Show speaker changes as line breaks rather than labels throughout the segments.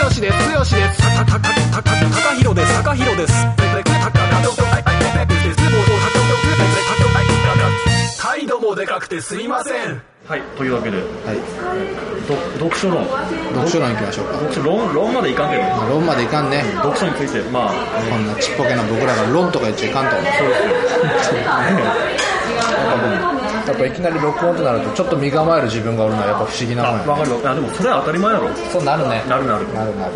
私ですたたたたたたたひろですたかひろです態度もでかくてすいません
はい、というわけで、
はい、
ど読書論、
読書論行きましょうか。
読書論論までいかんけど、
まあ論までいかんね。
読書について、まあ、
こんなちっぽけな僕らが論とか言っちゃいかんと思う。
そうですよ、
やっぱいきなり録音となると、ちょっと身構える自分がおるのはやっぱ不思議なもんや、ね。
わかるわ、あでもそれは当たり前やろ、
そうなるね。
なるなる、
なるなる。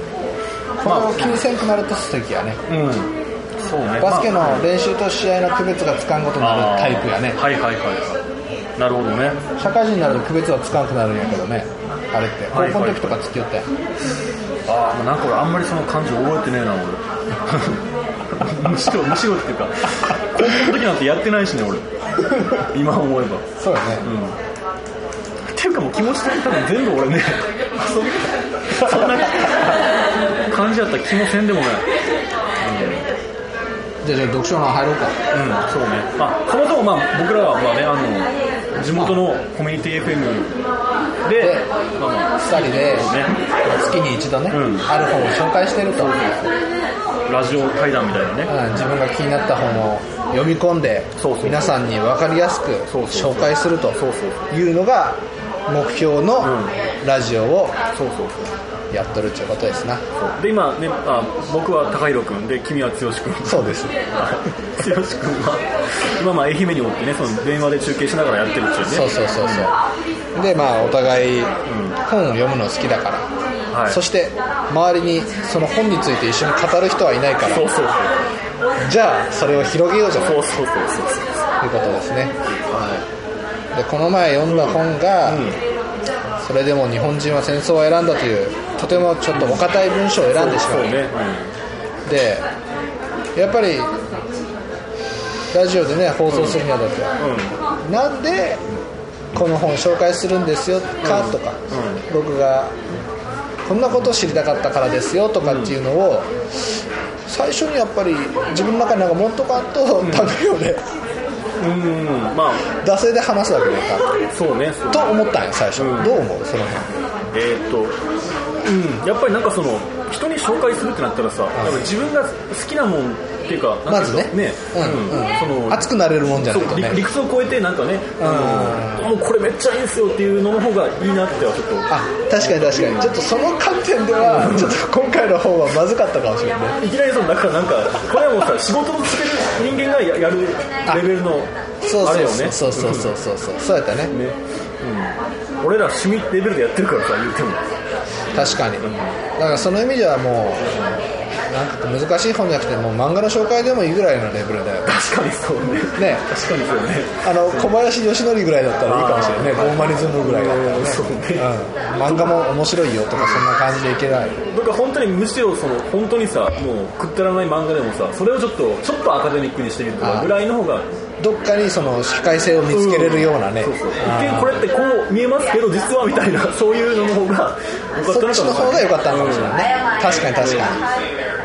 この金銭となると素敵やね。
うん、そうね、
バスケの練習と試合の区別がつかんことに
まあ
なるタイプやね。
はいはいはい、なるほどね、
社会人になると区別はつかんくなるんやけどね。あれって。高
はい
校の時とか付き合って。
ああ、なんか俺、あんまりその感情覚えてねえな、俺、む しろ、むしろっていうか、高校の時なんてやってないしね、俺、今思えば。
そうやね。
っていうかもう気持ち的に多分全部俺ねそそんな感じやったら気もせんでもない
じゃあじゃあ読書の入ろうか。
うんそうねまあそもそもまあ僕らはまあねあの地元のコミュニティ FM で
で
まあまあ
二人で月に一度ね、
うん
ある本を紹介してると、うん
ラジオ対談みたいなね
自分が気になった本を読み込んで
そうそう
皆さんに分かりやすく
そうそう
紹介するというのが目標の
う
ラジオを
そうそうそ
やっとるっていうことですな、
うで今ねあ僕は高弘君で君は剛君
そうです
剛君は今まあ愛媛におってねその電話で中継しながらやってるっちゅうね
そうそうそうそうでまあお互い本を読むの好きだから、
はい
そして周りにその本について一緒に語る人はいないから
そうそう
じゃあそれを広げようじゃない
そうそうそうそうそう
ということですね、でこの前読んだ本が、それでも日本人は戦争を選んだというとてもちょっとお堅い文章を選んでしま
そううね、
でやっぱりラジオでね放送するにあたって、
うん、うん
なんでこの本紹介するんですよかとか、僕がこんなことを知りたかったからですよとかっていうのを最初にやっぱり自分の中になんか持っとかんと高いよね
うんうんまあ
惰性で話すわけにはいかん
そうねそう
と思ったんよ最初、
うん
どう思うその
えーっとうんやっぱりなんかその人に紹介するってなったらさ、やっぱ自分が好きなもんっていうかなんていうの
まずねうんうん辺熱くなれるもんじゃない
そ
と
う
ね
理理屈を超えてなんかね、あのもうこれめっちゃいいんすよっていうのの方がいいなってはちょっと
あ確かに確かにちょっとその観点ではちょっと今回の方はまずかったかもしれないね
いきなりそのなんかなんかこれはもうさ 仕事をしてる人間がややるレベルの
そう
あれよね
そうそうそうそうそうそうそうやったね
ね、うん、俺ら趣味レベルでやってるからさ言うても
確かにだからその意味ではもうなんか難しい本じゃなくてもう漫画の紹介でもいいぐらいのレベルだよ
確かにそうね
ね
確かにそうね
あの小林義則ぐらいだったらいいかもしれないね
あ
ローマニズムぐらいだったらね
そうね
うん、漫画も面白いよとかそんな感じでいけない
僕は本当にむしろその本当にさもうくったらない漫画でもさそれをちょっとちょっとアカデミックにしてみるとかぐらいの方が
どっかにその社会性を見つけれるようなね、
そうそう一見これってこう見えますけど実はみたいなそういうのの方が良かった
そっ
の
ち
か
の
もしれ
方が
ない
良かったのかもしれないね確かに確かに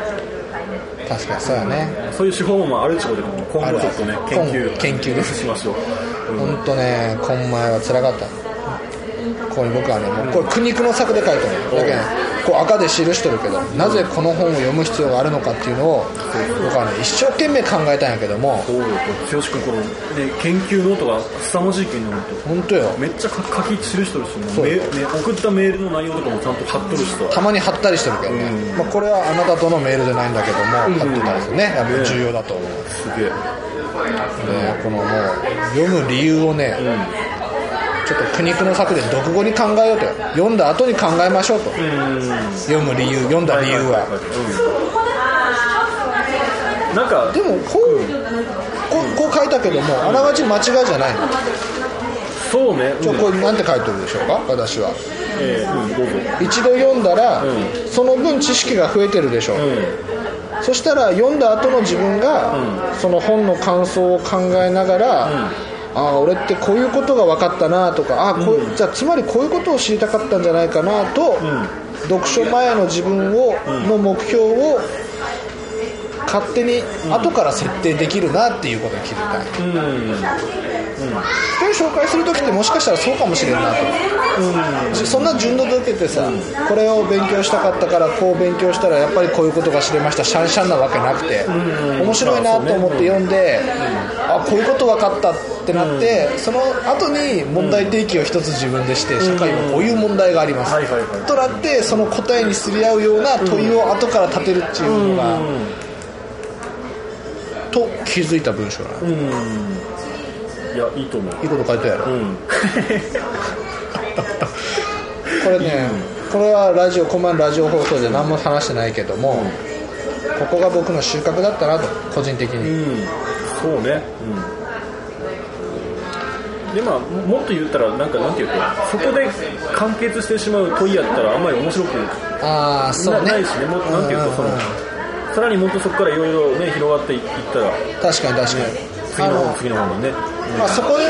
確かにそうやね
そういう手法もあるっちゅうことで今後ちょっとね
ある
研究
研究です
しましょう
本当ねこん前は辛かったこれ僕はねもうこれ苦肉の策で書いたのだけどこう赤で記してるけどなぜこの本を読む必要があるのかっていうのを僕はね一生懸命考えたんやけども
おう剛君この、ね、研究ノートが凄まじいけんのと
本当よ
めっちゃ書き記してるしもう
そう
メールね送ったメールの内容とかもちゃんと貼っとるしさ
たまに貼ったりしてるけどね、まあ、これはあなたとのメールじゃないんだけども貼ってたりするねやっぱり重要だと思う
すげえ
ね、このもう読む理由をね、ちょっと苦肉の策で読後に考えようと読んだ後に考えましょうと、読む理由読んだ理由は,、
うんなんか
でもこう,、こうこう書いたけどもあながち間違いじゃないの
そうね
ちょ
うん
これなんて書いてるでしょうか私は
ええうんどうぞ
一度読んだら、
ん
その分知識が増えてるでしょう、
う
そしたら読んだ後の自分が、その本の感想を考えながら、ああ俺ってこういうことが分かったなとかあーこう、じゃあつまりこういうことを知りたかったんじゃないかなと、読書前の自分を、の目標を勝手に後から設定できるなっていうことに気づいた、
んうん
人に紹介する時ってもしかしたらそうかもしれんなと、そんな順のどけてさ、これを勉強したかったからこう勉強したらやっぱりこういうことが知れましたシャンシャンなわけなくて、面白いなと思って読んで、あこういうこと分かったってなって、その後に問題提起を一つ自分でして社会はこういう問題があります、
はいはいはい
となってその答えにすり合うような問いを後から立てるっていうのが、と気づいた文章なの
い
い
やいいと思う
いこと書いたやろ
うん
これね、これはラジオ、この前のラジオ放送で何も話してないけども、ここが僕の収穫だったなと、個人的に。
うんそうねうんでまあももっと言ったらなんかなんていうかそこで完結してしまう問いやったらあんまり面白く
ああ、そう
な,、
ね。
いしねもっとなんていうかその
うんうん
さらにもっとそこからいろいろね広がっていったら
確かに確か
次
に。あ
の方
の
次の方にね
まあ、そこで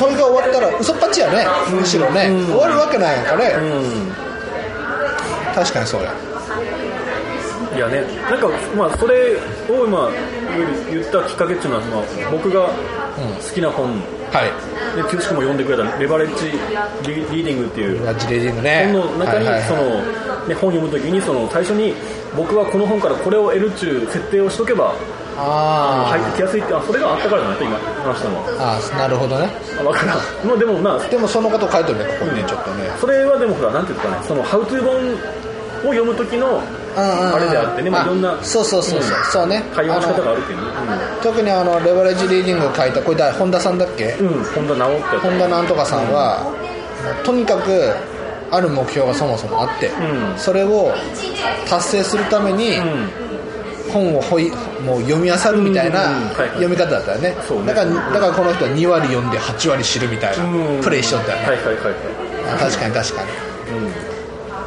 問いが終わったら嘘っぱちやね、むしろね、終わるわけないやんかね、
う
確かにそうや
んいやねなんかまあそれを今言ったきっかけっていうのは、まあ、僕が好きな本
はい
で剛くんも読んでくれた「レバレッジリリーディング」っていう
ラッジレーディングね
本の中に
はいはい
その、ね、本読むときにその最初に僕はこの本からこれを得るっちゅう設定をしとけば入
あ
ってきやすいってあそれがあったからだなって今話したのは
ーあーなるほどね
あ分からん まあでもまあ
でもそのこと書いてるねここにねちょっとね
それはでもほらなんていうんですかねそのハウトゥー本を読む時のあれであってね、まあ、いろんな
そうそうそうそ
ん
う、そうね
会話の仕
あ
方
の
があるけどね
特にあのレバレッジリーディングを書いたこれ誰本田さんだっけ、
うん、うん、本田直ってやつ
本田なんとかさんは、とにかくある目標がそもそもあって、
うん
それを達成するために、
うん
本をほいもう読み漁るみたい
うんうんうん
な
はいはい
読み方だったよね,、
そうね
だからだからこの人は2割読んで8割知るみたいな、プレイしとったよね、
はいはいはい
あ確かに確かに、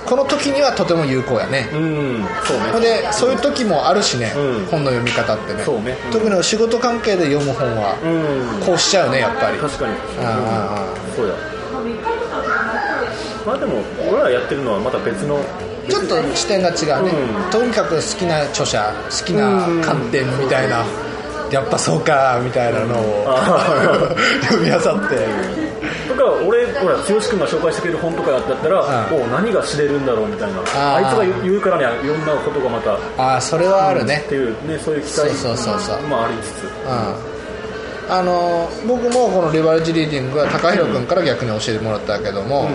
この時にはとても有効やね、
うんそう
ほん
ね
でそういう時もあるしね、
うん
本の読み方ってね
そうねうん
特にお仕事関係で読む本は、
うん
こうしちゃうねやっぱり
確かに
あー
そうやまあでも俺らやってるのはまた別の
ちょっと視点が違うね、
う
とにかく好きな著者好きな観点みたいな、やっぱそうかみたいなのを、
あ
読み漁って、
とか俺ほら剛君が紹介してくれる本とかだったら、
うん
おう何が知れるんだろうみたいな
ー
あいつが言う言うからにはいろんなことがまた
ああそれはあるね
っ、ていうねそういう期待
そうそうそうそう
まあありつつ
うんあの僕もこの「レバレッジリーディング」は高弘君から逆に教えてもらったけども、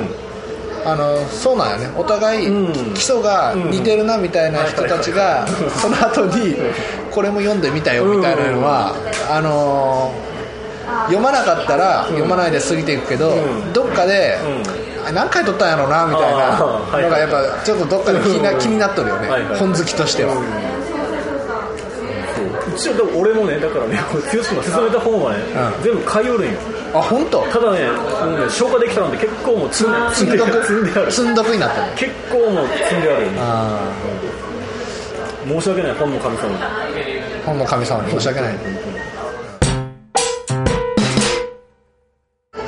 あのそうなんよねお互い
うん
基礎が似てるなみたいな人た ちが、その後にこれも読んでみたよみたいなのは、あの読まなかったら読まないで過ぎていくけど、
ん
どっかで、あ何回撮ったんやろうなみたいな
あーはい
のがやっぱちょっとどっかで気にな,、
うん
気になっとるよね、
はいはい
本好きとしては、
一応でも俺もねだからねこれ剛君が勧めた本はね、
うん
全部買い寄るんよ
あ本当
ただねもうね消化できたので結構もう積ん
積
積ん
ん
で
ど
ある積んである
く積んどくになったね
結構もう積んであるよね
あー
申し訳ない本の神様に
本の神様に申し訳ない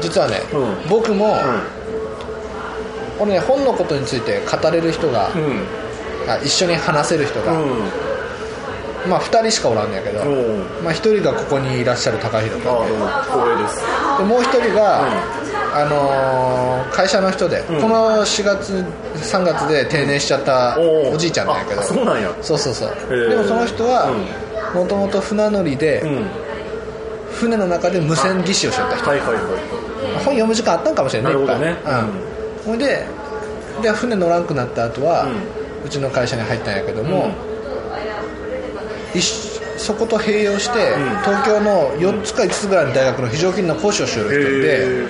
実はね、
うん
僕も、俺ね本のことについて語れる人が、
うん
あ一緒に話せる人が、
うん
まあ2人しかおらんねやけど、
うん
まあ、1人がここにいらっしゃる高弘君
ああどうも光栄です
でもう1人が、あのー会社の人で、この4月3月で定年しちゃった
おー
おじいちゃんなんやけど
あそうなんや
そうそうそう
ー
でもその人はもともと船乗りで、
うん
船の中で無線技師をしてた人
はいはいは
本読む時間あったんかもしれない
なるほどね
いっぱいうん、ほいでで船乗らんくなった後は、うちの会社に入ったんやけども、一緒そこと併用して、東京の4つか5つぐらいの大学の非常勤の講師をして
い
る
へえ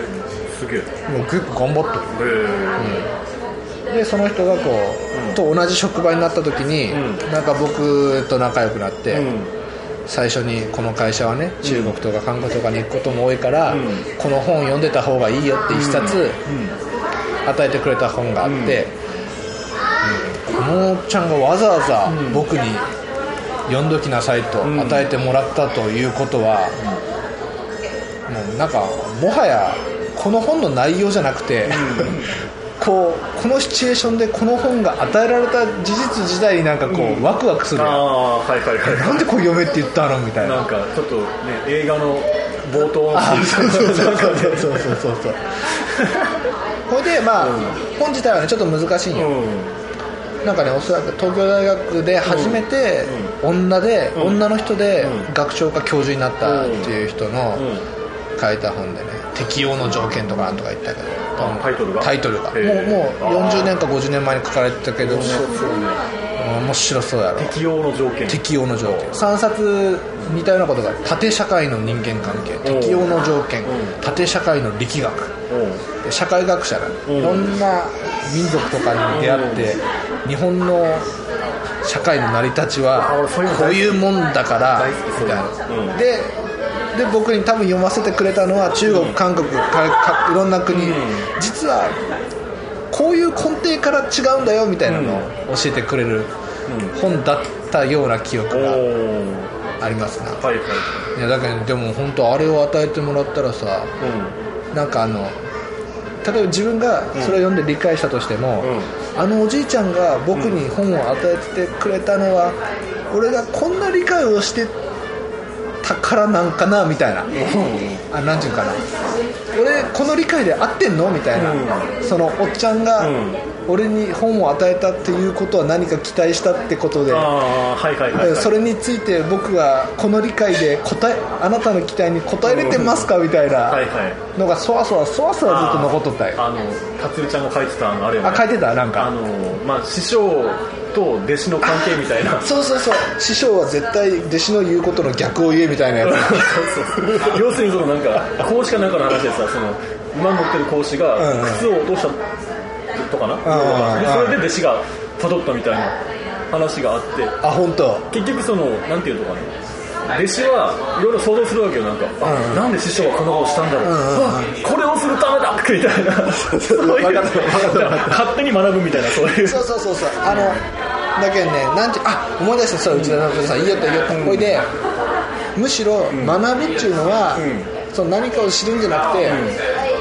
すげえへ
人でもうグッと頑張ってる
え
でその人がこう、と同じ職場になった時に、なんか僕と仲良くなって、最初にこの会社はね中国とか韓国とかに行くことも多いから、この本読んでた方がいいよって一冊、与えてくれた本があって、うんこのおっちゃんがわざわざ僕に読んどきなさいと与えてもらったということは、もうなんかもはやこの本の内容じゃなくて、 こうこのシチュエーションでこの本が与えられた事実自体になんかこう、ワクワクする
あ
やん
あはいはいはい
なんでこれ読めって言ったのみたいな
なんかちょっとね映画の冒頭のシーン
そうそうそうそうそうほいでまあ、本自体はねちょっと難しいんよ、なんかねおそらく東京大学で初めて女で、女の人で学長か教授になったっていう人の書いた本でね適用の条件とかなんとか言ったけど
あタイトルが
タイトルがもうもう
へえ
40年か50年前に書かれてたけどねうん面白そうやろ
適用の条件
適用の条件3冊似たようなことが縦社会の人間関係
ん
適用の条件
うん
縦社会の力学
う
で社会学者が
ん
いろんな民族とかに出会って日本の社会の成り立ち
あ
は
俺そういうの
こ
大好き
ういうもんだから
大好きそうい
み
う
たい
のう
なんでで僕に多分読ませてくれたのは中国韓国かかいろんな国
ん
実はこういう根底から違うんだよみたいなのを教えてくれる本だったような記憶
お
が
ー
ありますな
はいはい
いやだけどでも本当あれを与えてもらったらさなんかあの例えば自分がそれを読んで理解したとしても、
う
あのおじいちゃんが僕に本を与えてくれたのは、俺がこんな理解をしてたからなんかなみたいな、あなんていうかな俺この理解で合ってんのみたいな、そのおっちゃんが
うん
俺に本を与えたっていうことは何か期待したってことで、
ああはいはいはい
え
はい
それについて僕はこの理解で答えあなたの期待に応えれてますかみたいな
はいはい
のがそわそわそわそわずっと残っとったよ
あの達郎ちゃんが書いてたあのあれよね
あ書いてたなん
あ
か
のまあ師匠と弟子の関係みたいな
そうそうそう師匠は絶対弟子の言うことの逆を言えみたいなや
そうそう要するにそのなんか孔子かなんかの話でさその今乗ってる孔子
うんう
が
ん
靴を落としたとかな、
んうん
でそれで弟子が辿ったみたいな話があって
つあ本当
結局そのなんていうのかな弟子はいろいろ想像するわけよなんか、あなんで師匠はこの顔したんだろう、あこれをするためだみたいなそういう
わかったわかったわかった
勝手に学ぶみたいなそういう
そうそうそうそうあのだけどねなんてあ思い出したそう内田さんとさいいよっていいよってほいでむしろ学びっていうのは、その何かを知るんじゃなくて、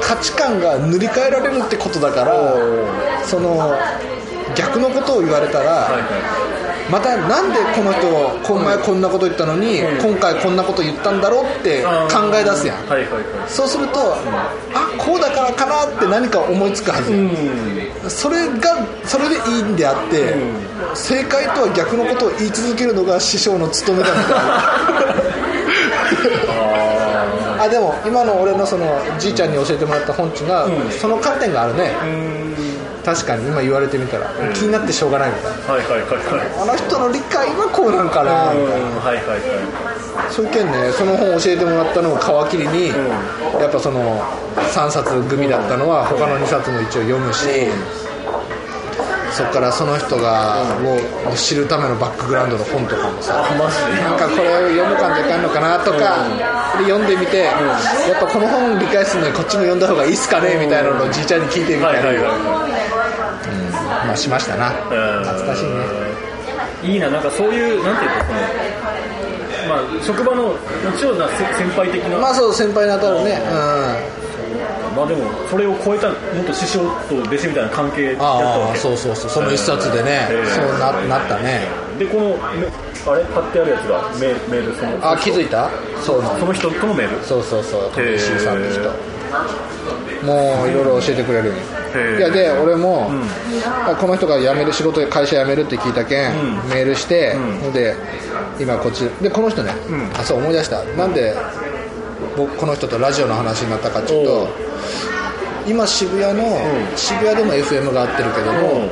価値観が塗り替えられるってことだからその逆のことを言われたら、
はいは
またなんでこの人この前こんなこと言ったのに、今回こんなこと言ったんだろうって考え出すやん
いはいはいはい
そうすると、あこうだからかなって何か思いつくはずやん、それがそれでいいんであって、正解とは逆のことを言い続けるのが師匠の務めだみたいな あでも今の俺のそのじいちゃんに教えてもらった本っていうのは、その観点があるね、確かに今言われてみたら、気になってしょうがないみたい
は
な
いはいはいはい
あの人の理解はこうなん
う
かな、
んはいはいはい
そういう件ねその本教えてもらったのを皮切りに、やっぱその3冊組だったのは他の2冊も一応読むし、そこからその人がを知るためのバックグラウンドの本とかも
あ
さ
マジで
なんかこれを読む感じいかんのかなとか、で読んでみて、やっぱこの本理解するのにこっちも読んだ方がいいっすかねみたいなのをじいちゃんに聞いてみた
はいい
な、
はいは
まあ、しましたな懐かしいね
いいいななんかそういうなんていうかそのまあ職場の一応なせ先輩的な
ま
ま
あそう先輩に当たるねうん
あでもそれを超えたもっと師匠と弟子みたいな関係だった
あ
わ
あ
け
そうそうそうその一冊でね、
えー
そうななったね
でこのめあれ買ってあるやつがメメールその
あ気づいたそうな
そ
の
の人とのメール
そうそうそう
へ
徳
ー
石さんの人もういろいろ教えてくれるんよ
へー
いやで俺も、あこの人が辞める仕事会社辞めるって聞いたけん、メールして、で今こっちでこの人ね、あそう思い出したなんで僕この人とラジオの話になったかっていう
お
と
う
今渋谷の、渋谷でも FM があってるけども、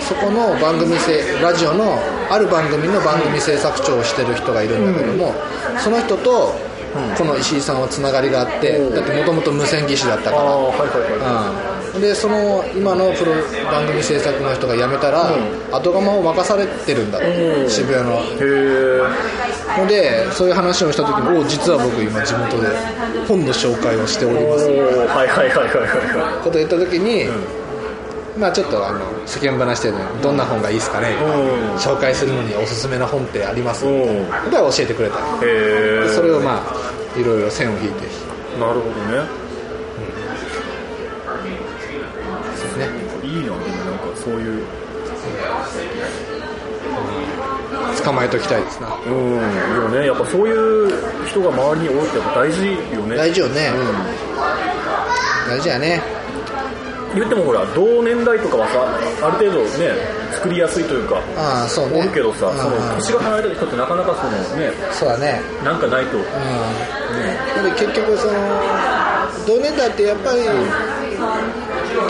そこの番組制ラジオのある番組の番組制作長をしてる人がいるんだけども、その人とこの石井さんはつながりがあって、だってもともと無線技師だった
あ
か
あ
ら
はいはいはい
うん、でその今のプロ番組制作の人が辞めたら、後釜を任されてるんだって、渋谷の
へえ
のでそういう話をした時に「お実は僕今地元で本の紹介をしております」
はいはいはいはいは
ことを言った時に、まあちょっとあの世間話してるのにどんな本がいいですかね、
ん
紹介するのにおすすめな本ってあります
い
み
う
たい
ん
な
へ
ことは教えてくれた
え
それをまあいろいろ線を引いて
なるほどね
ですね
いいなでもなんかそういう
懐捕まえときたいですな
うんよねやっぱそういう人が周りに多いってやっぱ大事よね
大事よね、大事やね
言ってもほら同年代とかはさある程度ね作りやすいというか
ああそう
お
ね
るけどさ、
うん
その年が離れた人ってなかなかそのね
そうだね
なんかないと、
うんで結局その同年代ってやっぱり、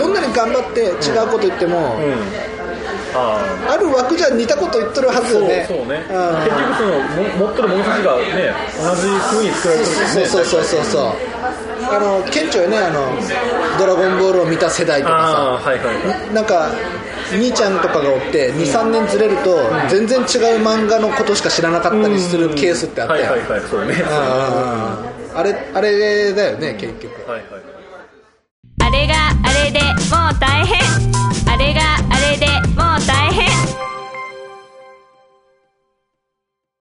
どんなに頑張って違うこと言っても、
うんああ
ある枠じゃ似たこと言っとるはず
そう
よね
そうね、
ん
結局そのも持ってる物差しがね同じ風に作られてるけど
そ
ね
うそうそうそうそうあの顕著よねあの「ドラゴンボール」を見た世代と
ああ
か
はいはいはい
さなんか兄ちゃんとかがおって23年ずれると全然違う漫画のことしか知らなかったりするケースってあったよ
はいはいはいそうだね
うんうんうんあれあれだよね結局
はいはい
あれがあれでもう大変